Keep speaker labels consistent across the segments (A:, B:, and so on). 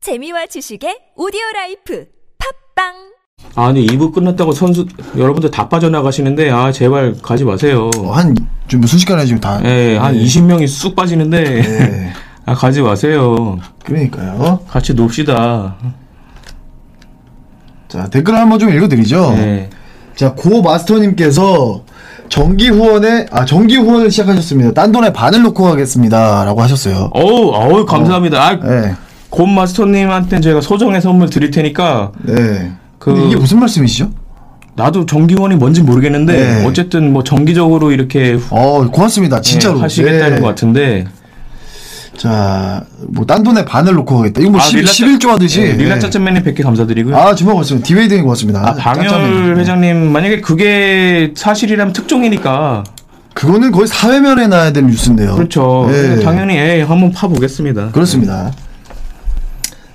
A: 재미와 지식의 오디오 라이프 팝빵
B: 아 근데 2부 끝났다고 선수 여러분들 다 빠져나가시는데 아 제발 가지 마세요.
C: 뭐 한, 지금 순식간에 지금 다.
B: 예, 한 20명이 쑥 빠지는데
C: 예.
B: 아 가지 마세요.
C: 그러니까요.
B: 같이 놉시다.
C: 자, 댓글 한번 좀 읽어드리죠.
B: 예.
C: 자, 고 마스터님께서 정기 후원에, 아, 정기 후원을 시작하셨습니다. 딴 돈에 반을 놓고 가겠습니다. 라고 하셨어요.
B: 어우, 어우 감사합니다. 아,
C: 예.
B: 곰 마스터님한테 제가 소정의 선물 드릴 테니까
C: 네.
B: 그-
C: 근데 이게 무슨 말씀이시죠?
B: 나도 정기원이 뭔지 모르겠는데
C: 네.
B: 어쨌든 뭐 정기적으로 이렇게 후-
C: 어, 고맙습니다. 진짜로.
B: 예, 하시겠다는
C: 예.
B: 것 같은데
C: 자, 뭐, 딴 돈에 반을 놓고 가겠다. 이거 뭐,
B: 아,
C: 10,
B: 릴라 짜-
C: 11조 하듯이.
B: 예, 릴라
C: 예.
B: 짜짜맨님 100개 감사드리고요.
C: 아, 주먹 고맙습니다. 디웨이드님 고맙습니다.
B: 아, 방열
C: 짭짭해.
B: 회장님 만약에 그게 사실이라면 특종이니까
C: 그거는 거의 사회면에 나야 될 뉴스인데요.
B: 그렇죠.
C: 예.
B: 당연히 예, 한번 파보겠습니다.
C: 그렇습니다.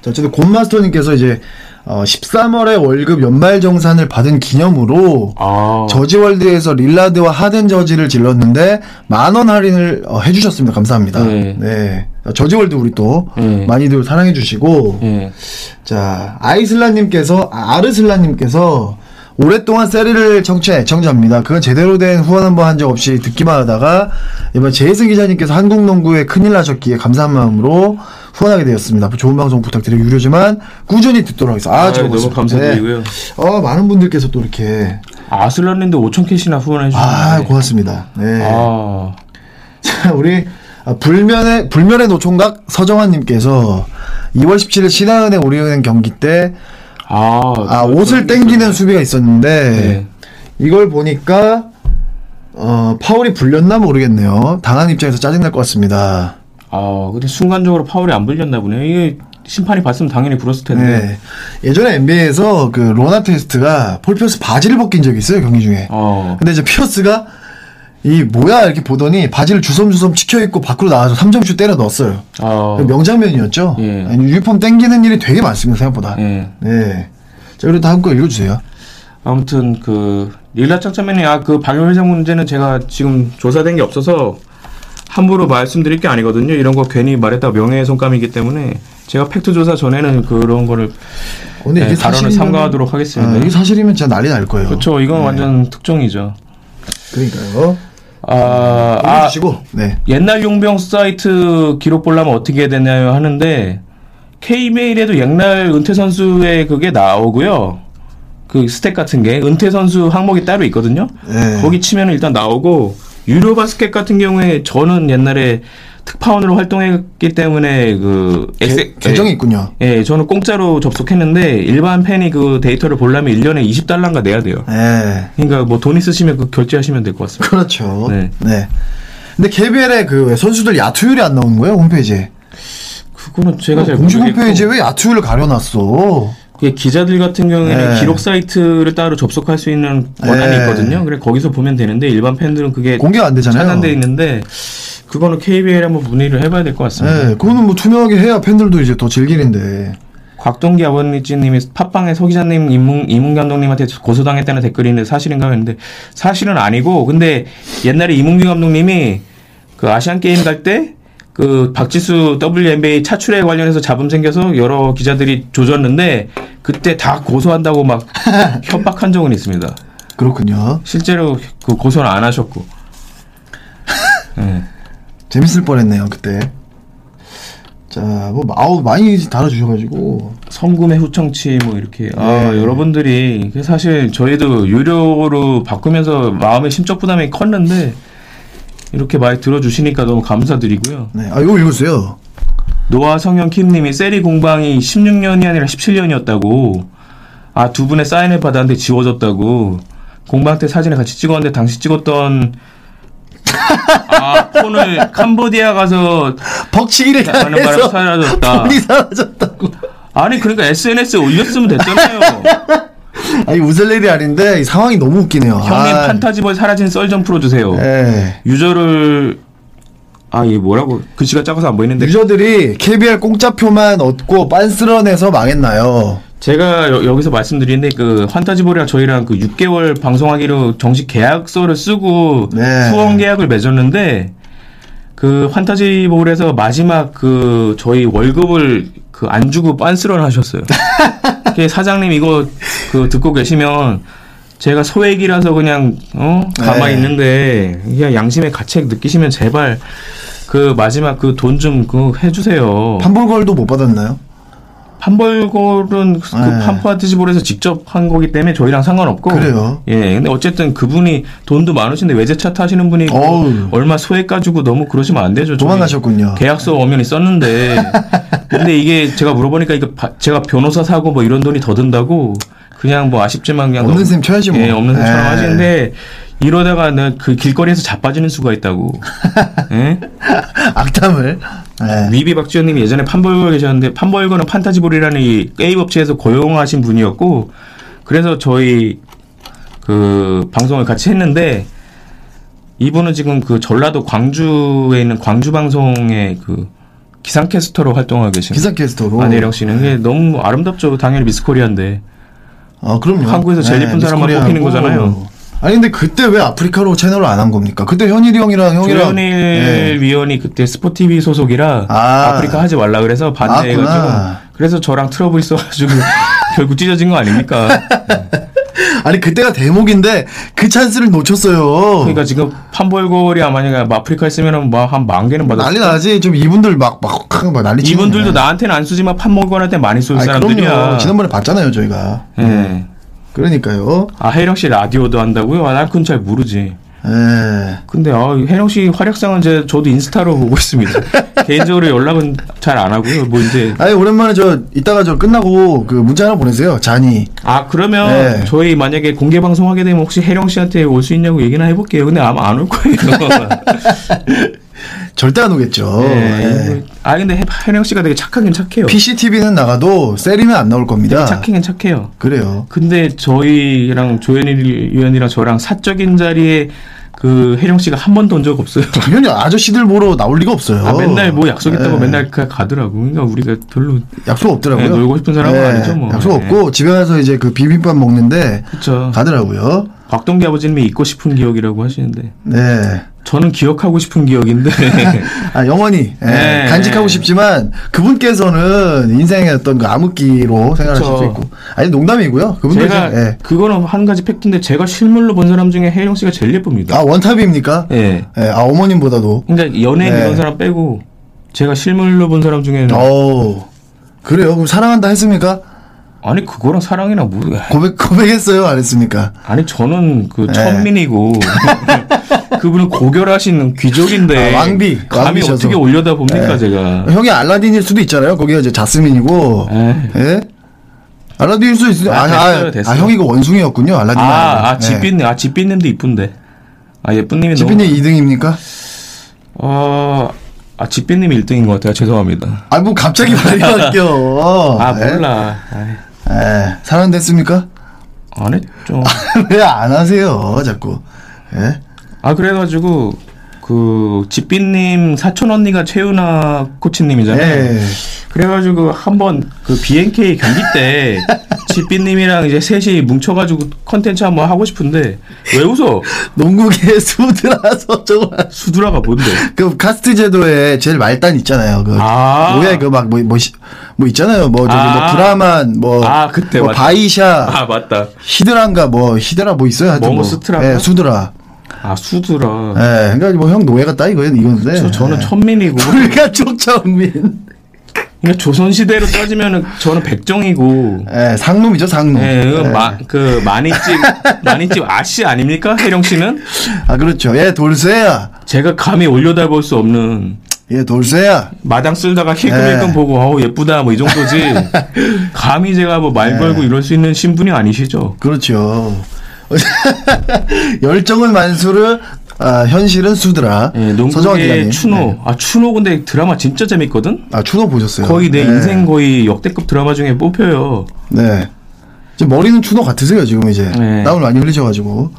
C: 자, 어쨌든 곰마스터님께서 이제 어, 13월에 월급 연말 정산을 받은 기념으로
B: 아,
C: 저지월드에서 릴라드와 하덴 저지를 질렀는데 만 원 할인을 어, 해주셨습니다. 감사합니다.
B: 네.
C: 네. 저지월드 우리 또
B: 네.
C: 많이들 사랑해주시고
B: 예.
C: 자 아이슬라님께서 아, 아르슬라님께서 오랫동안 세리를 청취해 청자입니다. 그건 제대로 된 후원 한번 한 적 없이 듣기만 하다가 이번 제이슨 기자님께서 한국 농구에 큰일 나셨기에 감사한 마음으로 후원하게 되었습니다. 앞으로 좋은 방송 부탁드리고 유료지만 꾸준히 듣도록 하겠습니다.
B: 아,
C: 아,
B: 너무
C: 즐거웠습니다.
B: 감사드리고요.
C: 네. 어, 많은 분들께서 또 이렇게
B: 아슬란랜드 5천 캐시나 후원해 주셨는데.
C: 아 고맙습니다. 네.
B: 아,
C: 자, 우리 아, 불면의 불면의 노총각 서정환님께서 2월 17일 신한은행 우리은행 경기 때
B: 아, 네.
C: 아 네. 옷을 땡기는 수비가 있었는데 이걸 보니까 어 파울이 불렸나 모르겠네요. 당한 입장에서 짜증날 것 같습니다.
B: 아, 근데 순간적으로 파울이 안 불렸나 보네요. 이게 심판이 봤으면 당연히 불었을 텐데.
C: 네. 예전에 NBA에서 그 로나 테스트가 폴 피어스 바지를 벗긴 적이 있어요 경기 중에.
B: 어,
C: 근데 이제 피어스가 이 뭐야 이렇게 보더니 바지를 주섬주섬 치켜 입고 밖으로 나와서 3점슛 때려 넣었어요. 그
B: 아,
C: 명장면이었죠.
B: 예.
C: 아니, 유니폼 땡기는 일이 되게 많습니다 생각보다. 네.
B: 예.
C: 자 그리고 다음 거 읽어주세요.
B: 아무튼 그 릴라 짱짜맨이 아그 방열 회장 문제는 제가 지금 조사된 게 없어서 함부로 말씀드릴 게 아니거든요. 이런 거 괜히 말했다 명예훼손감이기 때문에 제가 팩트 조사 전에는 그런 거를
C: 오늘
B: 네,
C: 이게
B: 발언을
C: 사실이면
B: 삼가하도록 하겠습니다.
C: 아, 네. 이게 사실이면 진짜 난리 날 거예요.
B: 그렇죠. 이건 완전 특종이죠.
C: 그러니까요.
B: 아, 아,
C: 보내주시고 네.
B: 옛날 용병 사이트 기록 보려면 어떻게 해야 되나요 하는데 K메일에도 옛날 은퇴 선수의 그게 나오고요. 그 스탯 같은 게 은퇴 선수 항목이 따로 있거든요.
C: 네.
B: 거기 치면 일단 나오고 유료 바스켓 같은 경우에 저는 옛날에 특파원으로 활동했기 때문에 그
C: 개,
B: 엑세-
C: 계정이 있군요.
B: 예, 예, 저는 공짜로 접속했는데 일반 팬이 그 데이터를 보려면 1년에 20달러인가 내야 돼요.
C: 네.
B: 그러니까 뭐 돈 있으시면 그 결제하시면 될 것 같습니다.
C: 그렇죠.
B: 네.
C: 네. 근데 KBL에 그왜 선수들 야투율이 안 나온 거예요 홈페이지에?
B: 그거는 제가 잘
C: 공식
B: 모르겠고.
C: 홈페이지에 왜 야투율을 가려놨어?
B: 그게 기자들 같은 경우에는
C: 네.
B: 기록 사이트를 따로 접속할 수 있는 권한이
C: 네.
B: 있거든요. 그래 거기서 보면 되는데 일반 팬들은 그게
C: 공개가 안 되잖아요.
B: 차단돼 있는데 그거는 KBL 에 한번 문의를 해봐야 될 것 같습니다.
C: 네, 그거는 뭐 투명하게 해야 팬들도 이제 더 즐기는데.
B: 곽동기 아버지님이 팟빵에 서 기자님 이문, 이문 감독님한테 고소당했다는 댓글이 있는데 사실인가 했는데 사실은 아니고 근데 옛날에 이문규 감독님이 그 아시안 게임 갈 때 그 박지수 WNBA 차출에 관련해서 잡음 생겨서 여러 기자들이 조졌는데 그때 다 고소한다고 막 협박한 적은 있습니다.
C: 그렇군요.
B: 실제로 그 고소는 안 하셨고. 네.
C: 재밌을 뻔했네요 그때. 자, 뭐 아우 많이 달아주셔가지고.
B: 성금의 후청치 뭐 이렇게 아
C: 네.
B: 여러분들이 그 사실 저희도 유료로 바꾸면서 마음의 심적 부담이 컸는데 이렇게 많이 들어주시니까 너무 감사드리고요.
C: 네, 아 이거 읽었어요.
B: 노아 성현 킴님이 세리 공방이 16년이 아니라 17년이었다고 아 두 분의 사인을 받았는데 지워졌다고 공방 때 사진을 같이 찍었는데 당시 찍었던 아 폰을 캄보디아 가서
C: 벅치기를
B: 하는 바람에
C: 당해서
B: 사라졌다.
C: 폰이 사라졌다고.
B: 아니 그러니까 SNS에 올렸으면 됐잖아요.
C: 아니 웃을 일이 아닌데 이 상황이 너무 웃기네요.
B: 형님
C: 아,
B: 판타지볼 사라진 썰 좀 풀어주세요.
C: 예.
B: 유저를 아 이게 뭐라고 글씨가 작아서 안 보이는데
C: 유저들이 KBR 공짜표만 얻고 빤스런해서
B: 어.
C: 망했나요?
B: 제가 여, 기서 말씀드리는데 그 환타지볼이랑 저희랑 그 6개월 방송하기로 정식 계약서를 쓰고
C: 네.
B: 후원 계약을 맺었는데 그 환타지볼에서 마지막 그 저희 월급을 그 안 주고 빤스런 하셨어요. 그게 사장님 이거 그 듣고 계시면 제가 소액이라서 그냥 어 가만히
C: 네.
B: 있는데 그냥 양심의 가책 느끼시면 제발 그 마지막 그 돈 좀 그 해주세요.
C: 판벌걸도 못 받았나요?
B: 판벌골은 그
C: 네.
B: 판파티지볼에서 직접 한 거기 때문에 저희랑 상관없고.
C: 그래요?
B: 예. 근데 어쨌든 그분이 돈도 많으신데 외제차 타시는 분이 그
C: 어우.
B: 얼마 소액 가지고 너무 그러시면 안 되죠. 저희
C: 도망가셨군요.
B: 계약서 엄연히 썼는데. 근데 이게 제가 물어보니까 이거 바- 제가 변호사 사고 뭐 이런 돈이 더 든다고 그냥 뭐 아쉽지만 그냥
C: 없는
B: 너무-
C: 셈 쳐야지 뭐.
B: 예, 없는 셈처럼
C: 예.
B: 하시는데 이러다가 는그 길거리에서 자빠지는 수가 있다고. 예?
C: 악담을. 네.
B: 위비 박지현님이 예전에 판벌거 계셨는데 판벌거는 판타지볼이라는 이 게임 업체에서 고용하신 분이었고 그래서 저희 그 방송을 같이 했는데 이분은 지금 그 전라도 광주에 있는 광주 방송의 그 기상캐스터로 활동하고 계신
C: 기사 캐스터로.
B: 안혜령 씨는 이게 너무 아름답죠 당연히 미스코리아인데
C: 아, 그럼요.
B: 한국에서 제일
C: 네,
B: 예쁜 사람만
C: 미스코리아고.
B: 뽑히는 거잖아요.
C: 아니 근데 그때 왜 아프리카로 채널을 안 한 겁니까? 그때 현일이 형이랑 형이랑
B: 조현일
C: 예.
B: 위원이 그때 스포티비 소속이라
C: 아.
B: 아. 프리카 하지 말라 그래서 반대해가지고
C: 맞구나.
B: 그래서 저랑 트러블 있어가지고 결국 찢어진 거 아닙니까?
C: 아니 그때가 대목인데 그 찬스를 놓쳤어요.
B: 그러니까 지금 판벌골이 아마니까 마프리카 했으면 뭐한만 개는 받았어.
C: 난리 나지. 좀 이분들 막 막 막 난리 치는
B: 이분들도
C: 거야.
B: 나한테는 안 쓰지만 판벌골한테 많이 쏠
C: 아니,
B: 사람들이야.
C: 그럼요. 지난번에 봤잖아요, 저희가.
B: 예.
C: 그러니까요.
B: 아 혜령 씨 라디오도 한다고요? 아, 난 그건 잘 모르지.
C: 예.
B: 근데 아, 혜령 씨 활약상은 이제 저도 인스타로 보고 있습니다. 개인적으로 연락은 잘 안 하고요. 뭐 이제
C: 아니 오랜만에 저 이따가 저 끝나고 그 문자 하나 보내세요. 잔이.
B: 아 그러면
C: 네.
B: 저희 만약에 공개 방송하게 되면 혹시 혜령 씨한테 올 수 있냐고 얘기나 해볼게요. 근데 아마 안 올 거예요.
C: 절대 안 오겠죠.
B: 네.
C: 예.
B: 아 근데 혜- 혜령 씨가 되게 착하긴 착해요.
C: PCTV는 나가도 세리는 안 나올 겁니다.
B: 예, 착하긴 착해요.
C: 그래요.
B: 근데 저희랑 조현일 위원이랑 저랑 사적인 자리에 그 혜령 씨가 한 번도 온 적 없어요.
C: 당연히 아저씨들 보러 나올 리가 없어요.
B: 아, 맨날 뭐 약속했다고
C: 예.
B: 맨날 가- 가더라고. 그러니까 우리가 별로
C: 약속 없더라고요. 예.
B: 네, 놀고 싶은 사람은 아니죠, 뭐.
C: 약속 없고 집에 가서 이제 그 비빔밥 먹는데
B: 그쵸.
C: 가더라고요.
B: 곽동기 아버지님이 잊고 싶은 기억이라고 하시는데
C: 네.
B: 저는 기억하고 싶은 기억인데
C: 아, 영원히 예,
B: 네.
C: 간직하고 싶지만 그분께서는 인생의 어떤 그 암흑기로 생각하실
B: 그쵸.
C: 수 있고 아니 농담이고요.
B: 제가
C: 그분께서 예.
B: 그거는 한 가지 팩트인데 제가 실물로 본 사람 중에 혜령 씨가 제일 예쁩니다.
C: 아 원탑입니까? 예.
B: 예.
C: 아 어머님보다도.
B: 그러니까 연예인
C: 네.
B: 이런 사람 빼고 제가 실물로 본 사람 중에는
C: 어 그래요. 그럼 사랑한다 했습니까?
B: 아니 그거랑 사랑이나 뭐
C: 고백 고백했어요 안 했습니까?
B: 아니 저는 그
C: 네.
B: 천민이고 그분은 고결하신 귀족인데
C: 아, 왕비,
B: 감히
C: 왕비셔서.
B: 어떻게 올려다 봅니까
C: 예.
B: 제가
C: 형이 알라딘일 수도 있잖아요. 거기가 이제 자스민이고.
B: 예.
C: 예? 알라딘일 수도 있어요. 아,
B: 아, 됐어요,
C: 아,
B: 됐어요.
C: 아, 형이 그 원숭이였군요. 알라딘. 예.
B: 아아
C: 네.
B: 집빈 아 집빈님도 이쁜데 아 예쁜님이
C: 집빈이
B: 너무
C: 2등입니까?
B: 어아 집빈님이 1등인 것 같아요 죄송합니다
C: 아, 뭐 갑자기 말이 바뀌어.
B: 아
C: 예?
B: 몰라 아이,
C: 예. 사람 됐습니까?
B: 안 했죠
C: 왜 안 하세요, 자꾸. 예?
B: 아 그래가지고 그 집빈님 사촌 언니가 최윤아 코치님이잖아요.
C: 예.
B: 그래가지고 한번 그 BNK 경기 때 집빈님이랑 이제 셋이 뭉쳐가지고 컨텐츠 한번 하고 싶은데 왜 웃어?
C: 농구계 수드라서 정말.
B: 수두라가 뭔데?
C: 그 카스트 제도에 제일 말단 있잖아요. 그
B: 아.
C: 뭐야 그막뭐뭐 뭐, 시- 뭐 있잖아요. 뭐 저기 뭐
B: 아.
C: 브라만 뭐,
B: 아, 그때
C: 뭐
B: 맞-
C: 바이샤
B: 아 맞다.
C: 히드란가 뭐 히드라 뭐 있어요 하여튼 뭐.
B: 머머스트라인가?
C: 예, 수드라.
B: 아 수두라.
C: 예. 그러니까 뭐 형 노예 같다 이거 이건데.
B: 저, 저는
C: 예.
B: 천민이고
C: 불가 족정민.
B: 그러니까 조선시대로 따지면은 저는 백정이고
C: 예, 상놈이죠 상놈.
B: 예, 그
C: 예.
B: 마- 그 마니집 마니집 아씨 아닙니까 혜령 씨는?
C: 아 그렇죠. 예 돌쇠야.
B: 제가 감히 올려다볼 수 없는
C: 예 돌쇠야.
B: 마당 쓸다가 힐끔힐끔
C: 네.
B: 보고 어우 예쁘다 뭐 이 정도지 감히 제가 뭐 말 걸고 이럴 수 있는 신분이 아니시죠
C: 그렇죠. 열정은 만수를 아, 현실은 수드라.
B: 예,
C: 서정원
B: 농구의
C: 기자님.
B: 추노
C: 네.
B: 아 추노 근데 드라마 진짜 재밌거든
C: 아 추노 보셨어요?
B: 거의 내
C: 네.
B: 인생 거의 역대급 드라마 중에 뽑혀요
C: 네. 지금 머리는 추노 같으세요 지금 이제
B: 네.
C: 땀을 많이 흘리셔가지고.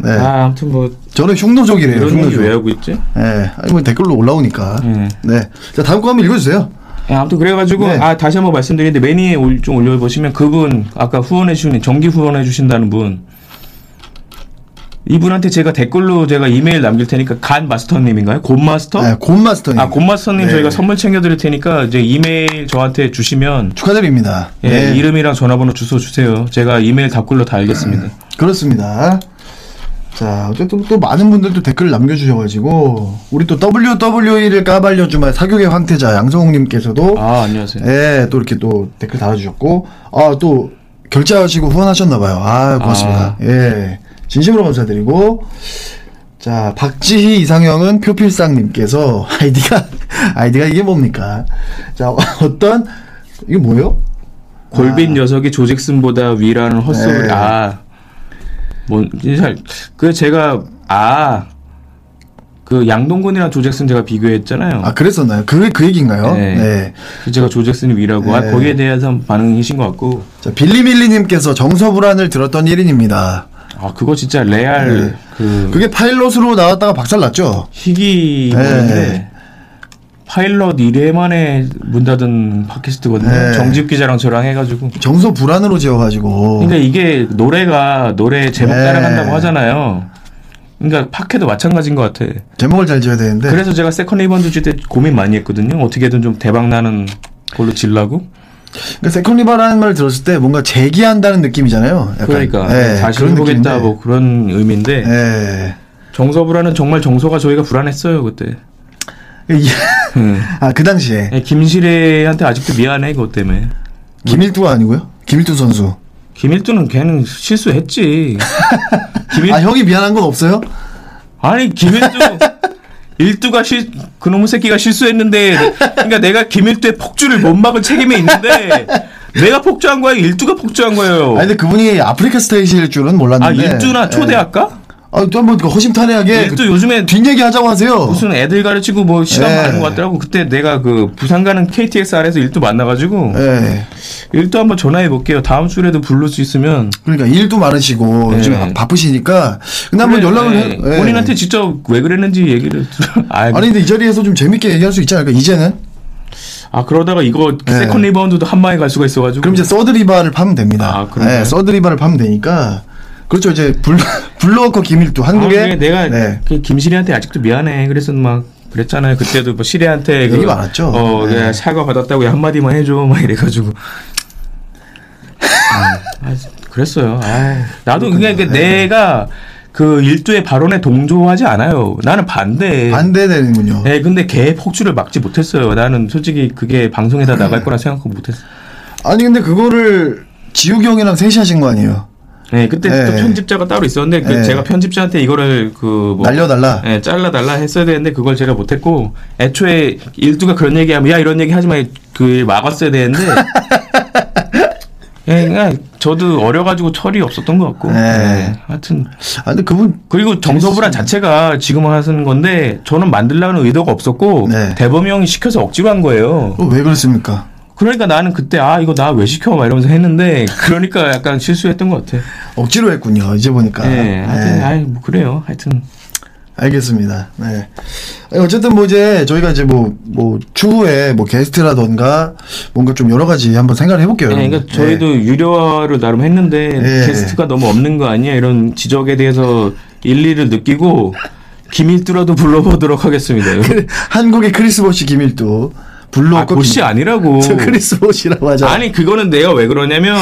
C: 네.
B: 아 아무튼 뭐
C: 저는 흉노족이래요.
B: 이런 얘기
C: 흉노족.
B: 왜 하고 있지
C: 네. 아니 뭐 댓글로 올라오니까.
B: 네.
C: 네. 자 다음 거 한번 읽어주세요.
B: 예, 아무튼 그래가지고
C: 네.
B: 아 다시 한번 말씀드리는데 매니에 올- 좀 올려보시면 그분 아까 후원해 주신 정기 후원해 주신다는 분 이분한테 제가 댓글로 제가 이메일 남길 테니까 간 마스터님인가요? 곰 마스터?
C: 네, 곰마스터님.
B: 어? 아, 곰 마스터님
C: 네.
B: 저희가 선물 챙겨드릴 테니까 이제 이메일 저한테 주시면
C: 축하드립니다.
B: 예,
C: 네.
B: 이름이랑 전화번호 주소 주세요. 제가 이메일 답글로 다
C: 음.
B: 알겠습니다.
C: 그렇습니다. 자, 어쨌든 또 많은 분들도 댓글 남겨주셔가지고, 우리 또 WWE를 까발려주마 사격의 황태자 양성욱님께서도,
B: 아, 안녕하세요.
C: 예, 또 이렇게 또 댓글 달아주셨고, 아, 또 결제하시고 후원하셨나봐요. 아, 고맙습니다. 예. 진심으로 감사드리고, 자, 박지희 이상형은 표필상님께서 아이디가, 아이디가 이게 뭡니까? 자, 어떤, 이게 뭐예요?
B: 골빈 녀석이 조직슨보다 위라는 헛소리.
C: 네.
B: 아, 뭔지 잘. 그 제가 아, 그 양동근이랑 조잭슨 제가 비교했잖아요.
C: 아, 그랬었나요? 그, 그 얘기인가요?
B: 네.
C: 네.
B: 그 제가 조잭슨이 위라고. 아,
C: 네.
B: 거기에 대해서 반응이신 것 같고.
C: 자, 빌리밀리님께서 정서불안을 들었던 1인입니다.
B: 아, 그거 진짜 레알 그
C: 네. 그게 파일럿으로 나왔다가 박살났죠?
B: 희귀
C: 네.
B: 인데 파일럿 1회 만에 문 닫은 팟캐스트거든요.
C: 네.
B: 정집 기자랑 저랑 해가지고.
C: 정서불안으로 지어가지고.
B: 그러니까 이게 노래가 노래 제목
C: 네.
B: 따라간다고 하잖아요. 그러니까 팟캐도 마찬가지인 것 같아.
C: 제목을 잘 지어야 되는데.
B: 그래서 제가 세컨 리번드 줄 때 고민 많이 했거든요. 어떻게든 좀 대박 나는 걸로 질라고.
C: 그러니까 세컨리바라는 말을 들었을 때 뭔가 재기한다는 느낌이잖아요. 약간.
B: 그러니까
C: 예,
B: 다시
C: 그런
B: 해보겠다
C: 느낌인데.
B: 뭐 그런 의미인데
C: 예.
B: 정서 불안은 정말 정서가 저희가 불안했어요 그때.
C: 이-
B: 음.
C: 아, 그 당시에.
B: 예, 김시래한테 아직도 미안해 그것 때문에.
C: 김일두가 아니고요? 김일두 선수. 아,
B: 김일두는 걔는 실수했지. 김일
C: 아, 형이 미안한 건 없어요?
B: 아니 김일두 일두가 실 그놈의 새끼가 실수했는데 그러니까 내가 김일두의 폭주를 못 막을 책임이 있는데 내가 폭주한 거야 일두가 폭주한 거예요.
C: 아니, 근데 그분이 아프리카 스테이지일 줄은
B: 아
C: 몰랐는데.
B: 일두나
C: 예.
B: 초대할까?
C: 아, 또 한번 그 허심탄회하게.
B: 일두
C: 그
B: 요즘에
C: 뒷얘기 하자고 하세요.
B: 무슨 애들 가르치고 뭐 시간
C: 예.
B: 많은 것 같더라고. 그때 내가 그 부산 가는 KTX 안에서 일두 만나가지고
C: 예.
B: 일두 한번 전화해 볼게요. 다음 주에도 부를 수 있으면
C: 그러니까 일도 많으시고
B: 네.
C: 요즘 바- 바쁘시니까 근데 한번 연락을
B: 그래,
C: 해.
B: 예.
C: 예.
B: 본인한테 직접 왜 그랬는지 얘기를 좀- 아,
C: 아니 근데 이 자리에서 좀 재밌게 얘기할 수 있지 않을까 이제는
B: 아 그러다가 이거 세컨 리바운드도 한 방에 갈 수가 있어가지고
C: 네. 그럼 이제 서드리바를 파면 됩니다.
B: 아, 그런가요?
C: 예, 서드리바를 파면 되니까 그렇죠 이제 블 블루워커 김일두 한국에
B: 아, 그래, 내가
C: 네.
B: 그 김시리한테 아직도 미안해. 그래서 막 그랬잖아요. 그때도 뭐 시리한테
C: 얘기 많았죠.
B: 어,
C: 네.
B: 야, 사과 받았다고 한 마디만 해줘. 막 이래가지고. 아, 아, 그랬어요. 아, 나도 그냥 그
C: 네.
B: 내가 그 일두의 발언에 동조하지 않아요. 나는 반대.
C: 반대되는군요.
B: 예, 근데 걔 폭주를 막지 못했어요. 나는 솔직히 그게 방송에다 나갈 거라 생각하고 못했어.
C: 아니 근데 그거를 지우기 형이랑 셋이 하신 거 아니에요?
B: 네, 그때
C: 네.
B: 또 편집자가 따로 있었는데 그
C: 네.
B: 제가 편집자한테 이거를 그뭐
C: 날려달라.
B: 예, 잘라달라 했어야 되는데 그걸 제가 못했고 애초에 일두가 그런 얘기하면 야 이런 얘기 하지 마그 막았어야 되는데 예, 그냥 저도 어려가지고 철이 없었던 것 같고
C: 네.
B: 예, 하여튼
C: 아 근데 그분
B: 그리고 정서불안 자체가 지금 하는 건데 저는 만들라는 의도가 없었고
C: 네.
B: 대범이 형이 시켜서 억지로 한 거예요
C: 어, 왜 그렇습니까?
B: 그러니까 나는 그때 아 이거 나 왜 시켜 막 이러면서 했는데 그러니까 약간 실수했던 것 같아
C: 억지로 했군요. 이제 보니까.
B: 예, 하여튼
C: 예.
B: 아이 뭐 그래요 하여튼
C: 알겠습니다. 네. 아니, 어쨌든 뭐 이제 저희가 이제 뭐, 뭐, 추후에 뭐 게스트라던가 뭔가 좀 여러 가지 한번 생각을 해볼게요.
B: 네, 그러니까 저희도 유료화를 나름 했는데
C: 네.
B: 게스트가 너무 없는 거 아니야 이런 지적에 대해서 일리를 느끼고 김일두라도 불러보도록 하겠습니다.
C: 네. 한국의 크리스보시 김일도
B: 아,
C: 블로그.
B: 고시 아니라고.
C: 저 크리스보시라고 하죠.
B: 아니 그거는 내가 왜 그러냐면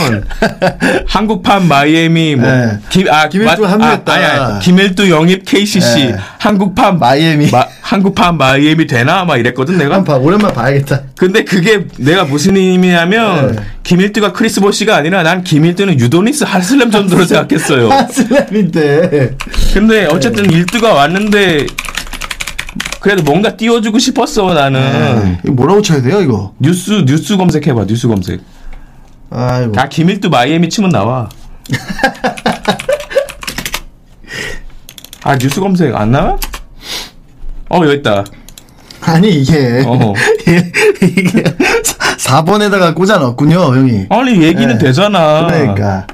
B: 한국판 마이애미
C: 네.
B: 뭐김아
C: 김일두 합류했다.
B: 아, 아니, 아니, 김일두 영입 KCC
C: 네.
B: 한국판
C: 마이애미.
B: 마- 한국판 마이애미 되나 막 이랬거든 내가.
C: 한파 오랜만에 봐야겠다.
B: 근데 그게 내가 무슨 의미냐면
C: 네.
B: 김일두가 크리스 보시가 아니라 난 김일두는 유도니스 하슬렘 정도로 생각했어요.
C: 아, 하슬람인데.
B: 근데 어쨌든
C: 네.
B: 일두가 왔는데 그래도 뭔가 띄워주고 싶었어 나는.
C: 아, 이거 뭐라고 쳐야 돼요, 이거?
B: 뉴스 뉴스 검색해봐 뉴스 검색.
C: 아이고.
B: 아 김일두 마이애미 치면 나와. 아 뉴스 검색 안 나와? 어 여기 있다.
C: 아니, 이게.
B: 어.
C: 이게 4번에다가 꽂아 넣었군요, 형이.
B: 아니 얘기는
C: 네.
B: 되잖아.
C: 그러니까.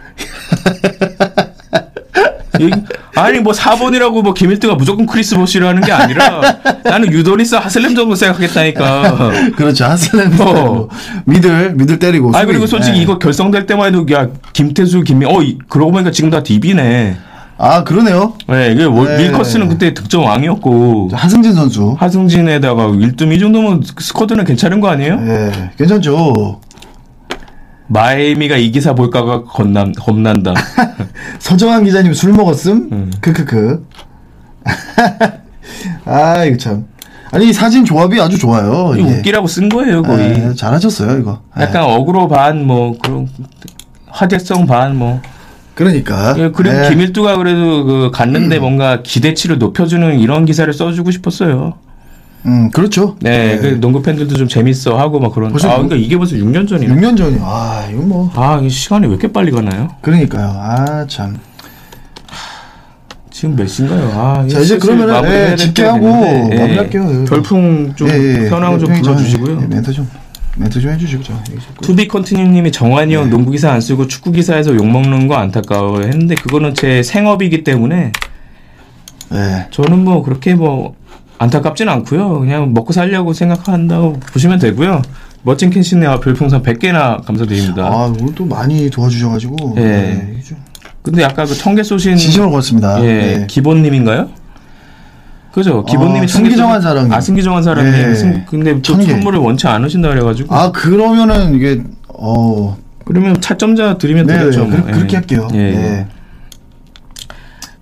B: 얘기- 아니 뭐 4번이라고 뭐 김일두가 무조건 크리스 보시를 하는 게 아니라 나는 유도리스 하슬렘 정도 생각하겠다니까.
C: 그렇죠. 하슬람
B: 어.
C: 미들, 미들 때리고.
B: 아 그리고
C: 수비.
B: 솔직히 어,
C: 네.
B: 이거 결성될 때만 해도 야 김태수 김민 어이 그러고 보니까 지금 다 DB네.
C: 아 그러네요.
B: 네, 이게 월-
C: 네.
B: 밀커스는 그때 득점 왕이었고
C: 하승진 선수.
B: 하승진에다가 1둠 이 정도면 스쿼드는 괜찮은 거 아니에요?
C: 예, 괜찮죠.
B: 마이미가 이 기사 볼까가 겁난, 겁난다.
C: 서정환 기자님 술 먹었음? 크크크. 아 이거 참. 아니 이 사진 조합이 아주 좋아요.
B: 이거
C: 이게.
B: 웃기라고 쓴 거예요, 거의. 네.
C: 예, 잘하셨어요 이거. 예.
B: 약간 어그로 반, 뭐, 그런, 화제성 반, 뭐.
C: 그러니까.
B: 예, 그리고
C: 예.
B: 김일두가 그래도 그 갔는데
C: 음.
B: 뭔가 기대치를 높여주는 이런 기사를 써주고 싶었어요.
C: 음 그렇죠.
B: 네, 그 농구 팬들도 좀 재밌어 하고 막 그런.
C: 벌써
B: 아,
C: 육-
B: 그러니까 이게 벌써 6년 전이네.
C: 6년 전이. 아 이거 뭐.
B: 아, 이 시간이 왜 이렇게 빨리 가나요?
C: 그러니까요. 아 참.
B: 지금 몇 시인가요? 아,
C: 자, 이제
B: 슬슬
C: 그러면은,
B: 마무리해야
C: 예,
B: 될
C: 집계하고
B: 때가 됐는데, 예.
C: 마무리할게요.
B: 별풍 좀 현황 좀
C: 형이 저-
B: 불러주시고요.
C: 예, 멘트 좀 멘트 좀 해주시고 저. 얘기 좀-
B: 투비 컨티뉴님이 정환이
C: 네.
B: 형 농구 기사 안 쓰고 축구 기사에서 욕 먹는 거 안타까워 했는데 그거는 제 생업이기 때문에
C: 예.
B: 저는 뭐 그렇게 뭐 안타깝진 않고요. 그냥 먹고 살려고 생각한다고 보시면 되고요. 멋진 캔신네와 별풍선 100개나 감사드립니다.
C: 아 오늘 또 많이 도와주셔가지고.
B: 네. 예.
C: 예, 이게 좀
B: 근데 아까 그 청계 쏘신
C: 진심으로 고맙습니다.
B: 예,
C: 예.
B: 기본님인가요? 그죠? 기본님이
C: 아,
B: 청계
C: 승기정한
B: 쏘신-
C: 사랑님.
B: 아 승기정한 사랑님.
C: 예.
B: 승- 근데 또
C: 천 개.
B: 선물을 원치 않으신다 그래가지고.
C: 아 그러면은 이게 어.
B: 그러면 차점자 드리면
C: 네,
B: 되겠죠.
C: 그,
B: 뭐. 예.
C: 렇게 할게요.
B: 예.
C: 예.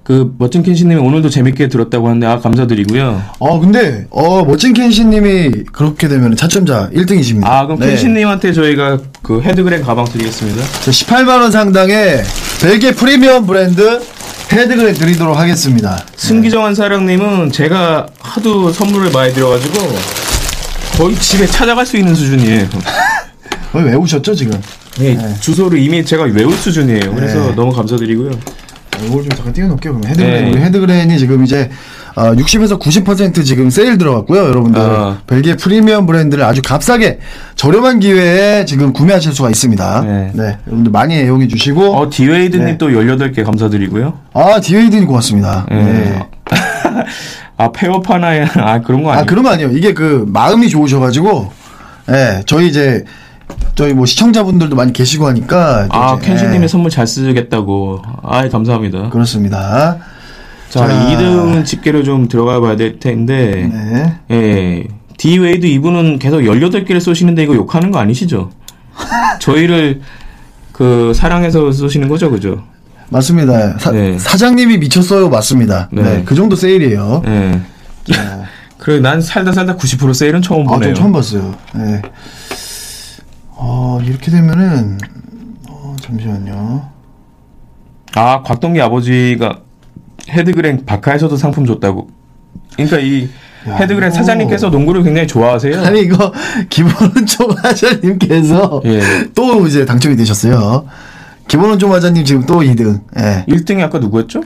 B: 그 멋진 켄신님이 오늘도 재밌게 들었다고 하는데 아 감사드리고요.
C: 어 근데 어 멋진 켄시님이 그렇게 되면 차점자 1등이십니다. 네.
B: 아 그럼 켄신님한테 저희가 그 헤드그램 가방 드리겠습니다.
C: 18만 원 상당의 벨기에 프리미엄 브랜드 헤드그레 드리도록 하겠습니다.
B: 승기정한 사령님은 제가 하도 선물을 많이 드려가지고 거의 집에 찾아갈 수 있는 수준이에요.
C: 왜 외우셨죠 지금?
B: 예, 주소를 이미 제가 외울 수준이에요. 그래서 너무 감사드리고요.
C: 어, 이걸 좀 잠깐 띄워놓을게요. 그럼 헤드그레인,
B: 네.
C: 우리 헤드그레인이 지금 이제 아, 60에서 90% 지금 세일 들어갔고요, 여러분들.
B: 아.
C: 벨기에 프리미엄 브랜드를 아주 값싸게 저렴한 기회에 지금 구매하실 수가 있습니다.
B: 네.
C: 네, 여러분들 많이 애용해 주시고.
B: 어 디웨이드님
C: 네.
B: 또 18개 감사드리고요.
C: 아, 디웨이드님 고맙습니다.
B: 예.
C: 네.
B: 아 폐업 하나에 아 그런 거 아니에요?
C: 아, 그런 거 아니에요. 이게 그 마음이 좋으셔가지고, 예, 저희 이제 저희 뭐 시청자분들도 많이 계시고 하니까. 또
B: 아
C: 이제,
B: 켄신님이
C: 예,
B: 선물 잘 쓰겠다고. 아 감사합니다.
C: 그렇습니다.
B: 자,
C: 자.
B: 2등 집계로 좀 들어가 봐야 될 텐데.
C: 네.
B: 예. 디웨이드 이분은 계속 18개를 쏘시는데 이거 욕하는 거 아니시죠? 저희를 그 사랑해서 쏘시는 거죠, 그죠?
C: 맞습니다. 사,
B: 네.
C: 장님이 미쳤어요. 맞습니다.
B: 네.
C: 네. 그 정도 세일이에요.
B: 예. 그래 난 살다 살다 90% 세일은 처음
C: 아,
B: 보네요.
C: 좀 처음 봤어요. 네. 어, 이렇게 되면은, 어, 잠시만요.
B: 아, 곽동기 아버지가 헤드그랭 바카에서도 상품 줬다고. 그러니까 이
C: 야,
B: 헤드그랭
C: 이거-
B: 사장님께서 농구를 굉장히 좋아하세요.
C: 아니, 이거, 김원총 하자님께서
B: 예.
C: 또 이제 당첨이 되셨어요. 김원총 하자님 지금 또 2등. 예.
B: 1등이 아까 누구였죠?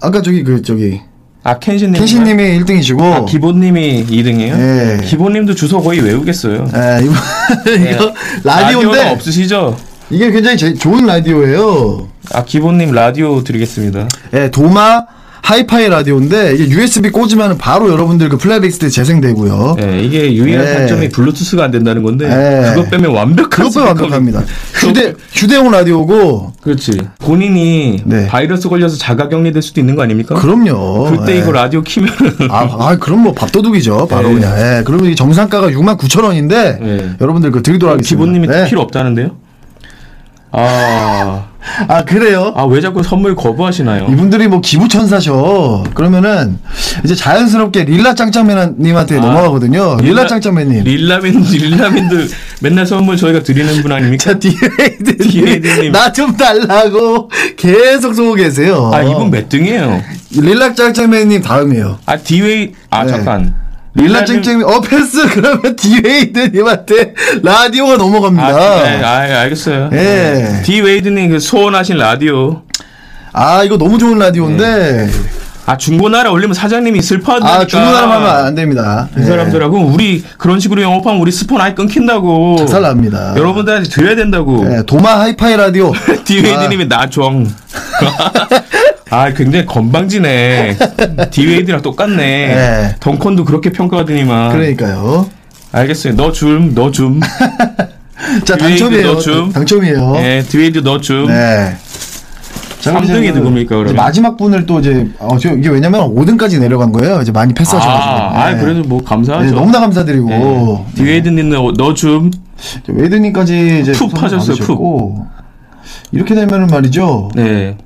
C: 아까 저기, 그, 저기,
B: 아, 켄신 님.
C: 켄시님이 1등이시고,
B: 아, 기본 님이 2등이에요?
C: 예.
B: 기본 님도 주소 거의 외우겠어요.
C: 예, 이거, 이거
B: 네.
C: 라디오인데,
B: 라디오가 없으시죠?
C: 이게 굉장히 제, 좋은 라디오예요.
B: 아 기본님 라디오 드리겠습니다.
C: 예, 도마 하이파이 라디오인데, 이게 USB 꽂으면 바로 여러분들 그 플레이리스트에 재생되고요.
B: 예, 이게 유일한
C: 네.
B: 단점이 블루투스가 안 된다는 건데
C: 네.
B: 그것 빼면 완벽한
C: 그것도 완벽합니다.
B: 휴대
C: 휴대, 휴대용 라디오고,
B: 그렇지 본인이
C: 네.
B: 바이러스 걸려서 자가격리될 수도 있는 거 아닙니까?
C: 그럼요.
B: 어? 그때
C: 예.
B: 이거 라디오 키면
C: 아, 아, 그럼 뭐 밥도둑이죠. 바로
B: 예.
C: 그냥. 예. 그러면 이 정상가가 6만 9천 원인데,
B: 예. 어,
C: 여러분들 그 드리도록 하겠습니다.
B: 기본님이
C: 네.
B: 필요 없다는데요? 아아왜
C: 아, 그래요?
B: 자꾸 선물 거부하시나요?
C: 이분들이 뭐 기부천사셔. 그러면은 이제 자연스럽게 릴라 짱짱맨님한테 넘어가거든요. 릴라 짱짱맨님.
B: 아. 릴라민 릴라민들 맨날 선물 저희가 드리는 분 아닙니까?
C: 자, 디레이드님.
B: 디레이드님.
C: 나 좀 달라고 계속 쏘고 계세요.
B: 아 이분 몇 등이에요?
C: 릴라 짱짱맨님 다음이에요.
B: 아 디웨이 아
C: 네.
B: 잠깐
C: 릴라
B: 짱
C: 짱짱맨, 어, 패스! 그러면 디레이드님한테 라디오가
B: 아, 네,
C: 넘어갑니다. 아,
B: 아, 알겠어요.
C: 예.
B: 디 웨이드님 그 소원하신 라디오.
C: 아, 이거 너무 좋은 라디오인데.
B: 아 중고나라 올리면 사장님이 슬퍼한다니까.
C: 아, 중국사람 하면 안 됩니다.
B: 이 사람들하고 우리 그런 식으로 영업하면 우리 스폰 아예 끊긴다고.
C: 살 납니다.
B: 여러분들한테 드려야 된다고.
C: 예, 아. 도마 하이파이 라디오.
B: 디 웨이드님이 나정. 아 굉장히 건방지네. 디 웨이드랑 똑같네.
C: 예.
B: 덩컨도 그렇게 평가하더니만.
C: 그러니까요.
B: 알겠어요. 너 줌, 너 줌.
C: 자,
B: 디웨이드
C: 당첨이에요.
B: 넣어줌.
C: 당첨이에요.
B: 예, 디 웨이드 너 줌.
C: 네.
B: 네. 삼등이
C: 저희는
B: 누굽니까, 그러면?
C: 이제 마지막 분을 또 이제 어, 저 이게 왜냐면 5등까지 내려간 거예요. 이제 많이 패스하셔가지고.
B: 아, 아, 그래도 뭐 감사하죠.
C: 네. 너무나 감사드리고
B: 네. 디웨이드님 너좀
C: 이제 웨이드님까지 이제
B: 푹
C: 선수
B: 파셨어요, 푹.
C: 나누셨고. 이렇게 되면은 말이죠.
B: 네.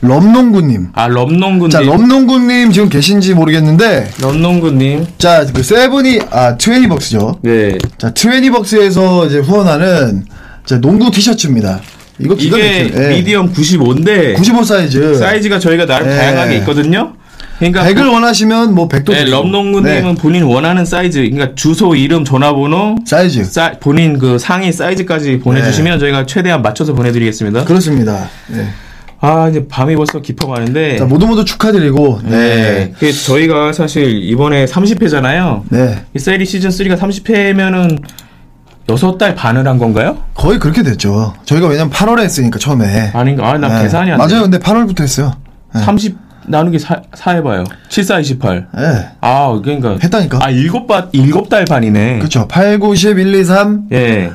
C: 럼농구님.
B: 아 럼농구님.
C: 자, 럼농구님 지금 계신지 모르겠는데
B: 럼농구님.
C: 자, 그 세븐이 아 트웨니벅스죠.
B: 네.
C: 자, 트웨니벅스에서 이제 후원하는 자 농구 티셔츠입니다. 이거 기가
B: 이게
C: 막혀요. 예.
B: 미디엄 95인데
C: 95 사이즈.
B: 사이즈가 저희가 나름
C: 예.
B: 다양하게 있거든요. 그러니까
C: 100을 원하시면 뭐 100도
B: 네, 럼농구님은 본인 원하는 사이즈, 그러니까 주소, 이름, 전화번호,
C: 사이즈.
B: 사- 본인 그 상의 사이즈까지
C: 네.
B: 보내주시면 저희가 최대한 맞춰서 보내드리겠습니다.
C: 그렇습니다. 네.
B: 아 이제 밤이 벌써 깊어 가는데.
C: 자, 모두 모두 축하드리고.
B: 네.
C: 네.
B: 그 저희가 사실 이번에 30회잖아요.
C: 네.
B: 이 사이리 시즌 3가 30회면은 6달 반을 한 건가요?
C: 거의 그렇게 됐죠. 저희가 왜냐면 8월에 했으니까 처음에.
B: 아닌가? 아, 나
C: 네.
B: 계산이 안 돼.
C: 맞아요. 근데 8월부터 했어요. 네.
B: 30 나누기 4, 해 봐요. 74 28.
C: 네.
B: 아, 그러니까
C: 했다니까.
B: 아, 일곱 반 일곱 달 반이네.
C: 그렇죠. 8, 9, 10, 1, 2, 3.
B: 예.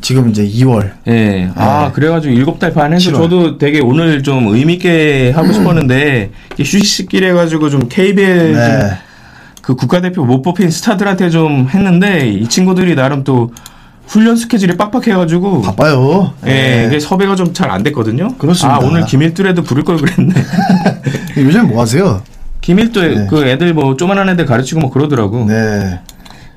C: 지금 이제 2월.
B: 예. 아,
C: 네.
B: 그래가지고 일곱 달 반 해서
C: 싫어요.
B: 저도 되게 오늘 좀 의미있게 하고 싶었는데, 이게 휴식길 해가지고 좀 KBL
C: 네.
B: 좀 그 국가대표 못 뽑힌 스타들한테 좀 했는데, 이 친구들이 나름 또 훈련 스케줄이 빡빡해가지고,
C: 바빠요.
B: 예,
C: 네.
B: 이게 섭외가 좀 잘 안 됐거든요.
C: 그렇습니다.
B: 아, 오늘 김일두라도 부를 걸 그랬네.
C: 요즘 뭐 하세요?
B: 김일두
C: 네.
B: 그 애들 뭐 조만한 애들 가르치고 뭐 그러더라고.
C: 네.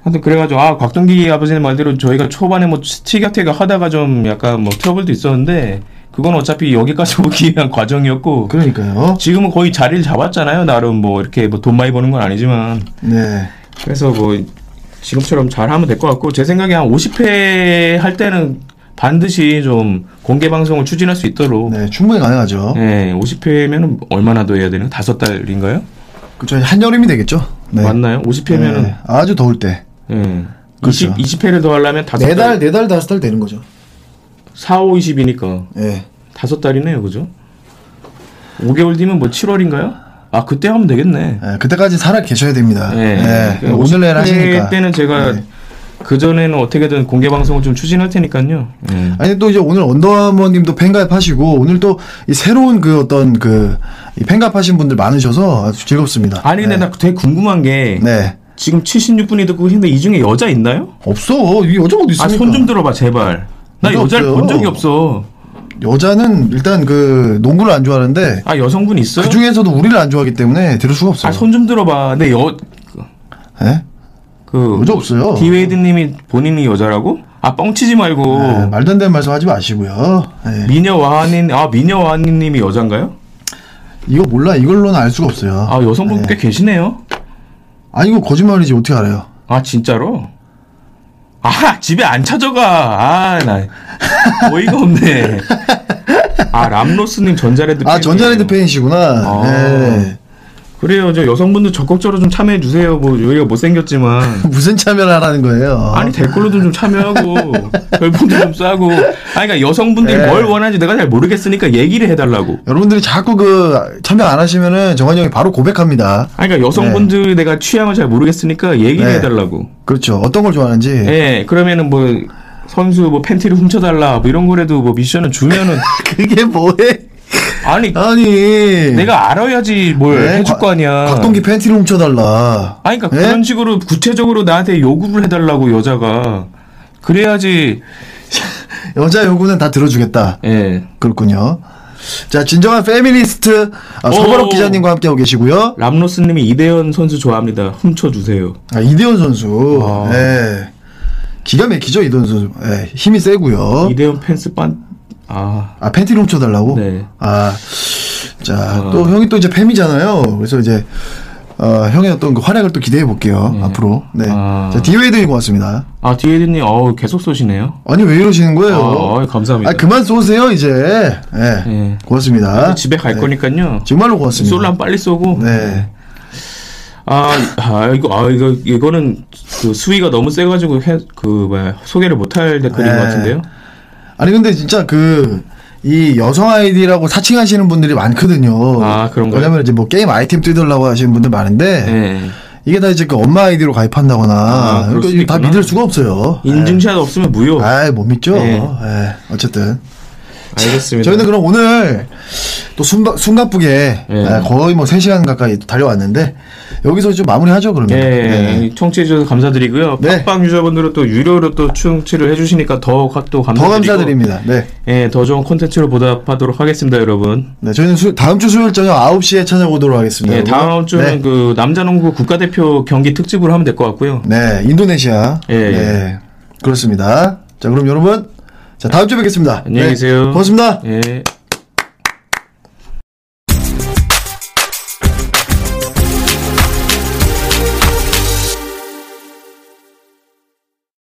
B: 하여튼 그래가지고 아 곽동기 아버지님 말대로 저희가 초반에 뭐 티격태격 하다가 좀 약간 뭐 트러블도 있었는데 그건 어차피 여기까지 오기 위한 과정이었고
C: 그러니까요.
B: 지금은 거의 자리를 잡았잖아요 나름 뭐 이렇게 뭐 돈 많이 버는 건 아니지만
C: 네.
B: 그래서 뭐 지금처럼 잘 하면 될 것 같고 제 생각에 한 50회 할 때는 반드시 좀 공개 방송을 추진할 수 있도록
C: 네. 충분히 가능하죠.
B: 예 50회면은 얼마나 더 해야 되나 다섯 달인가요
C: 그렇죠. 한여름이 되겠죠. 네.
B: 맞나요 50회면은
C: 네. 아주 더울 때.
B: 예
C: 그렇죠.
B: 20, 20회를 더 하려면 다섯
C: 네
B: 달
C: 달, 네 달, 다섯 달 되는 거죠.
B: 4, 5, 20이니까
C: 예. 네.
B: 다섯 달이네요, 그죠? 5개월 뒤면 뭐 7월인가요? 아 그때 하면 되겠네.
C: 예, 그때까지 살아 계셔야 됩니다.
B: 네.
C: 네. 오늘 내일 하시니까. 네.
B: 때는 제가 그 전에는 어떻게든 공개 방송을 좀 추진할 테니까요. 네.
C: 아니 또 이제 오늘 언더아머님도 팬가입하시고 오늘 또 이 새로운 그 어떤 그이 팬가입하신 분들 많으셔서 아주 즐겁습니다.
B: 아니 근데
C: 네.
B: 나 되게 궁금한 게
C: 네.
B: 지금 76분이 듣고 있는데 이 중에 여자 있나요?
C: 없어. 이 여자 어디 있습니까?
B: 아 손 좀 들어봐 제발. 나
C: 여자
B: 여자를
C: 없어요.
B: 본 적이 없어.
C: 여자는 일단 그 농구를 안 좋아하는데
B: 아 여성분 있어요?
C: 그 중에서도 우리를 안 좋아하기 때문에 들을 수가 없어요.
B: 아손 좀 들어봐. 근데 여
C: 예?
B: 그
C: 여자 없어요.
B: 디웨이드님이 본인이 여자라고? 아 뻥치지 말고
C: 네, 말도 안 되는 말씀하지 마시고요. 예.
B: 미녀 와하님 아 미녀 와하님이 여잔가요?
C: 이거 몰라. 이걸로는 알 수가 없어요.
B: 아 여성분 꽤 계시네요.
C: 아니 이거 거짓말이지 어떻게 알아요?
B: 아 진짜로? 아 집에 안 찾아가. 아나 어이가 없네. 아 람로스님 전자레드. 그
C: 아
B: 팬이에요.
C: 전자레드 팬이시구나.
B: 아.
C: 예.
B: 그래요. 저 여성분들 적극적으로 좀 참여해 주세요. 뭐 여기가 못생겼지만.
C: 무슨 참여를 하라는 거예요?
B: 아니 댓글로도 좀 참여하고 별풍도 좀 싸고 아니 그러니까 여성분들이
C: 네.
B: 뭘 원하는지 내가 잘 모르겠으니까 얘기를 해달라고
C: 여러분들이 자꾸 그 참여 안 하시면은 정환이 형이 바로 고백합니다.
B: 아니 그러니까 여성분들 이 내가 취향을 잘 모르겠으니까 얘기를
C: 네.
B: 해달라고
C: 그렇죠. 어떤 걸 좋아하는지.
B: 예,
C: 네.
B: 그러면은 뭐 선수 뭐 팬티를 훔쳐달라 뭐 이런 거라도 뭐 미션을 주면은
C: 그게 뭐해?
B: 아니
C: 아니. 예.
B: 내가 알아야지 뭘
C: 네,
B: 해줄
C: 곽-
B: 거 아니야.
C: 곽동기 팬티를 훔쳐달라.
B: 아니 그러니까
C: 예?
B: 그런 식으로 구체적으로 나한테 요구를 해달라고 여자가 그래야지
C: 여자 요구는 다 들어주겠다.
B: 예
C: 그렇군요. 자, 진정한 페미니스트 아,
B: 오.
C: 서버럭 기자님과 함께하고 계시고요.
B: 람로스님이 이대현 선수 좋아합니다. 훔쳐주세요.
C: 아, 이대현 선수.
B: 아.
C: 예. 기가 막히죠, 이대현 선수. 예, 힘이 세고요.
B: 이대현 펜스 반아
C: 아, 팬티를 훔쳐달라고?
B: 네. 아.
C: 아, 자, 또 형이 또 이제 팸이잖아요. 그래서 이제, 어, 형의 어떤 그 활약을 또 기대해 볼게요. 앞으로. 네.
B: 아.
C: 자, 디웨이드님 고맙습니다.
B: 아, 디에드님 어우 계속 쏘시네요.
C: 아니, 왜 이러시는 거예요?
B: 아, 어이, 감사합니다.
C: 아, 그만 쏘세요, 이제. 예.
B: 예.
C: 고맙습니다.
B: 집에 갈
C: 네.
B: 거니까요.
C: 정말로 고맙습니다.
B: 솔람 빨리 쏘고
C: 네.
B: 아, 아 이거 아 이거 이거는 그 수위가 너무 세가지고 해, 그 뭐야 소개를 못할 댓글인
C: 네.
B: 것 같은데요.
C: 아니, 근데 진짜 그, 이 여성 아이디라고 사칭하시는 분들이 많거든요.
B: 아, 그런가요?
C: 왜냐면 이제 뭐 게임 아이템 뜯으려고 하시는 분들 많은데,
B: 네.
C: 이게 다 이제 그 엄마 아이디로 가입한다거나,
B: 아, 그럴
C: 그러니까
B: 수도
C: 이거 다
B: 있구나.
C: 믿을 수가 없어요. 예.
B: 인증샷 없으면 무효.
C: 아이 못 믿죠.
B: 예.
C: 예. 어쨌든
B: 알겠습니다.
C: 저희는 그럼 오늘 또 순바, 숨가쁘게
B: 예.
C: 아, 거의 뭐 3시간 가까이 달려왔는데 여기서 좀 마무리하죠
B: 예,
C: 그러면. 네.
B: 청취해 주셔서 감사드리고요.
C: 네.
B: 팟빵 유저분들은 또 유료로 또 충치를 해주시니까 더, 가- 또 감사드리고
C: 더 감사드립니다. 네.
B: 예, 더 좋은 콘텐츠로 보답하도록 하겠습니다, 여러분.
C: 네, 저희는 수, 다음 주 수요일 저녁 9시에 찾아오도록 하겠습니다.
B: 예,
C: 여러분.
B: 다음 주는
C: 네.
B: 그 남자농구 국가대표 경기 특집으로 하면 될 것 같고요.
C: 네, 인도네시아.
B: 예, 예.
C: 네, 그렇습니다. 자, 그럼 여러분, 자 다음 주에 뵙겠습니다.
B: 안녕히 계세요.
C: 고맙습니다.
B: 예.